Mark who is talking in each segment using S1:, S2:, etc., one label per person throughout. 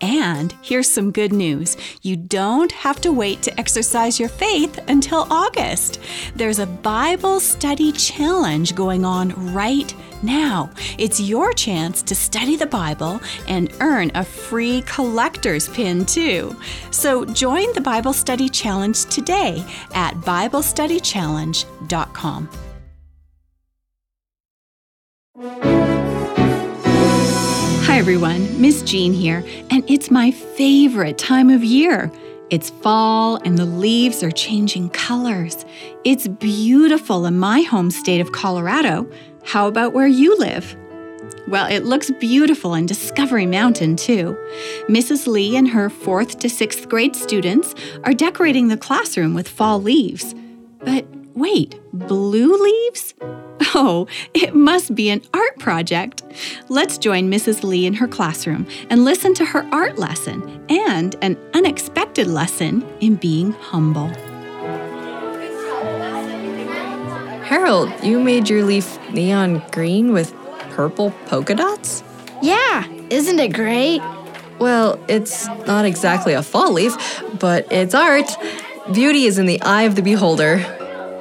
S1: And here's some good news you don't have to wait to exercise your faith until August. There's a Bible study challenge going on right now. It's your chance to study the Bible and earn a free collector's pin, too. So join the Bible Study Challenge today at BibleStudyChallenge.com. Hi, everyone. Miss Jean here, and it's my favorite time of year. It's fall and the leaves are changing colors. It's beautiful in my home state of Colorado. How about where you live? Well, it looks beautiful in Discovery Mountain, too. Mrs. Lee and her fourth to sixth grade students are decorating the classroom with fall leaves. But wait, blue leaves? Oh, it must be an art project. Let's join Mrs. Lee in her classroom and listen to her art lesson and an unexpected lesson in being humble.
S2: Harold, you made your leaf neon green with purple polka dots?
S3: Yeah, isn't it great?
S2: Well, it's not exactly a fall leaf, but it's art. Beauty is in the eye of the beholder.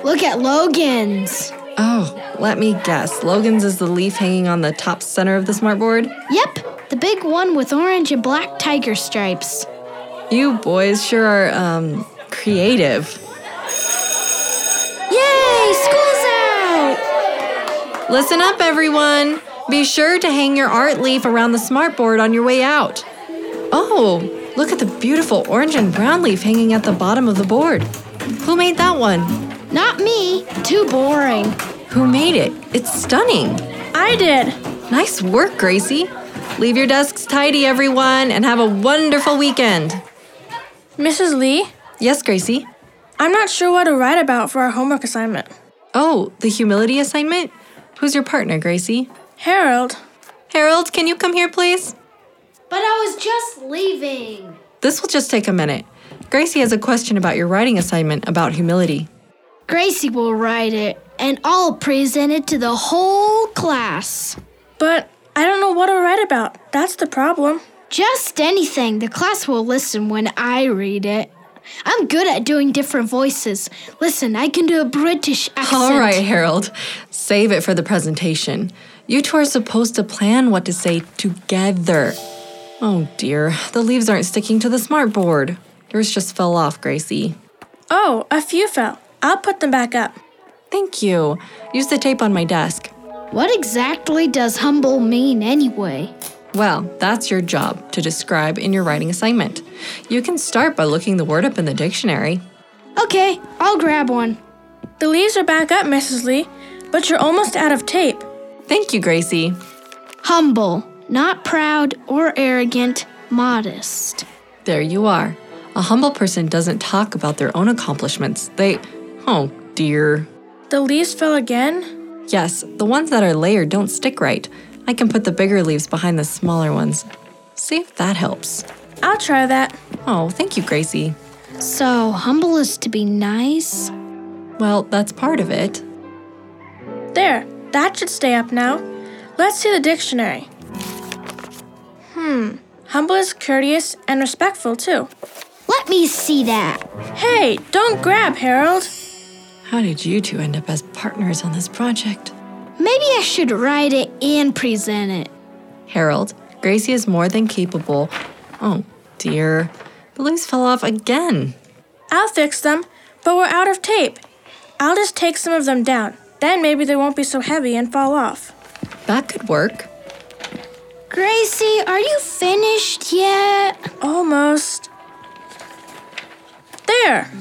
S3: Look at Logan's.
S2: Oh, let me guess. Logan's is the leaf hanging on the top center of the smartboard.
S3: Yep, the big one with orange and black tiger stripes.
S2: You boys sure are um, creative.
S3: Yay, school's out!
S2: Listen up, everyone. Be sure to hang your art leaf around the smartboard on your way out. Oh, look at the beautiful orange and brown leaf hanging at the bottom of the board. Who made that one?
S3: Not me, too boring.
S2: Who made it? It's stunning.
S3: I did.
S2: Nice work, Gracie. Leave your desks tidy, everyone, and have a wonderful weekend.
S4: Mrs. Lee,
S2: Yes, Gracie.
S4: I'm not sure what to write about for our homework assignment.
S2: Oh, the humility assignment? Who's your partner, Gracie?
S4: Harold,
S2: Harold, can you come here, please?
S3: But I was just leaving.
S2: This will just take a minute. Gracie has a question about your writing assignment about humility.
S3: Gracie will write it, and I'll present it to the whole class.
S4: but I don't know what to write about. That's the problem.
S3: Just anything, the class will listen when I read it. I'm good at doing different voices. Listen, I can do a British accent.
S2: All right, Harold. Save it for the presentation. You two are supposed to plan what to say together. Oh dear, the leaves aren't sticking to the smartboard. Yours just fell off, Gracie.
S4: Oh, a few fell. I'll put them back up.
S2: Thank you. Use the tape on my desk.
S3: What exactly does humble mean anyway?
S2: Well, that's your job to describe in your writing assignment. You can start by looking the word up in the dictionary.
S3: Okay, I'll grab one.
S4: The leaves are back up, Mrs. Lee, but you're almost out of tape.
S2: Thank you, Gracie.
S3: Humble, not proud or arrogant, modest.
S2: There you are. A humble person doesn't talk about their own accomplishments. They. Oh dear.
S4: The leaves fell again?
S2: Yes, the ones that are layered don't stick right. I can put the bigger leaves behind the smaller ones. See if that helps.
S4: I'll try that.
S2: Oh, thank you, Gracie.
S3: So, humble is to be nice?
S2: Well, that's part of it.
S4: There, that should stay up now. Let's see the dictionary. Hmm, humble is courteous and respectful too.
S3: Let me see that.
S4: Hey, don't grab, Harold.
S2: How did you two end up as partners on this project?
S3: Maybe I should write it and present it.
S2: Harold, Gracie is more than capable. Oh, dear. The leaves fell off again.
S4: I'll fix them, but we're out of tape. I'll just take some of them down. Then maybe they won't be so heavy and fall off.
S2: That could work.
S3: Gracie, are you finished yet?
S4: Almost. There!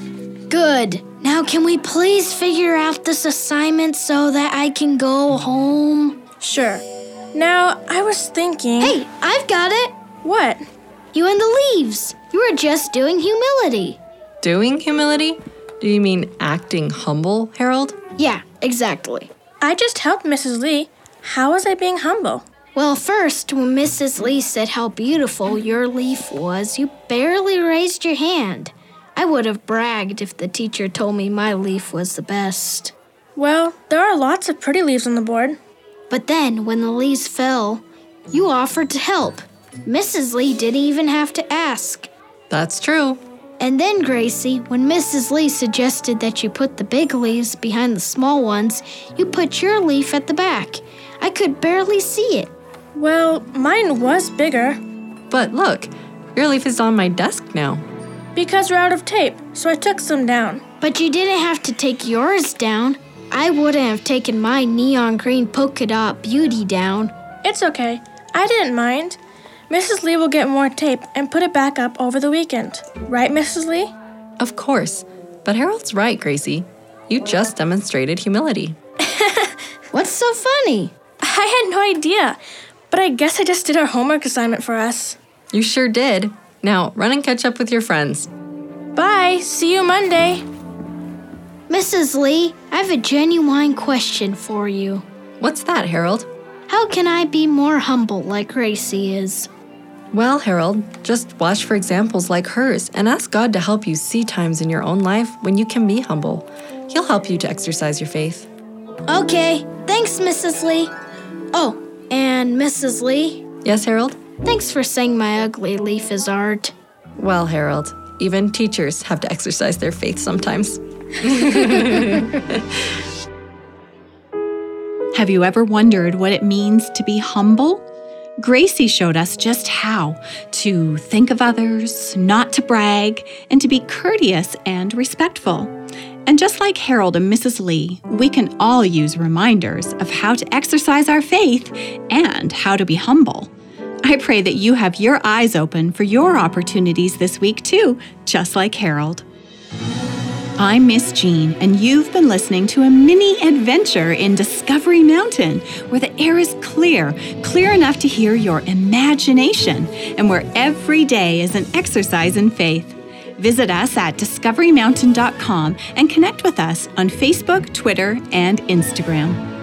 S3: Good. Now, can we please figure out this assignment so that I can go home?
S4: Sure. Now, I was thinking.
S3: Hey, I've got it.
S4: What?
S3: You and the leaves. You were just doing humility.
S2: Doing humility? Do you mean acting humble, Harold?
S3: Yeah, exactly.
S4: I just helped Mrs. Lee. How was I being humble?
S3: Well, first, when Mrs. Lee said how beautiful your leaf was, you barely raised your hand. I would have bragged if the teacher told me my leaf was the best.
S4: Well, there are lots of pretty leaves on the board.
S3: But then, when the leaves fell, you offered to help. Mrs. Lee didn't even have to ask.
S2: That's true.
S3: And then, Gracie, when Mrs. Lee suggested that you put the big leaves behind the small ones, you put your leaf at the back. I could barely see it.
S4: Well, mine was bigger
S2: But look, your leaf is on my desk now.
S4: because we're out of tape, so I took some down.
S3: But you didn't have to take yours down. I wouldn't have taken my neon green polka dot beauty down.
S4: It's okay. I didn't mind. Mrs. Lee will get more tape and put it back up over the weekend. Right, Mrs. Lee?
S2: Of course. But Harold's right, Gracie. You just demonstrated humility.
S3: What's so funny?
S4: I had no idea, but I guess I just did our homework assignment for us.
S2: You sure did. Now, run and catch up with your friends.
S4: Bye. See you Monday.
S3: Mrs. Lee, I have a genuine question for you.
S2: What's that, Harold?
S3: How can I be more humble like Gracie is?
S2: Well, Harold, just watch for examples like hers and ask God to help you see times in your own life when you can be humble. He'll help you to exercise your faith.
S3: Okay, thanks, Mrs. Lee. Oh, and Mrs. Lee,
S2: Yes, Harold?
S3: thanks for saying my ugly leaf is art.
S2: Well, Harold, even teachers have to exercise their faith sometimes.
S1: Have you ever wondered what it means to be humble? Gracie showed us just how to think of others, not to brag, and to be courteous and respectful. And just like Harold and Mrs. Lee, we can all use reminders of how to exercise our faith and how to be humble. I pray that you have your eyes open for your opportunities this week, too, just like Harold. I'm Miss Jean, and you've been listening to a mini adventure in Discovery Mountain, where the air is clear, clear enough to hear your imagination, and where every day is an exercise in faith. Visit us at discoverymountain.com and connect with us on Facebook, Twitter, and Instagram.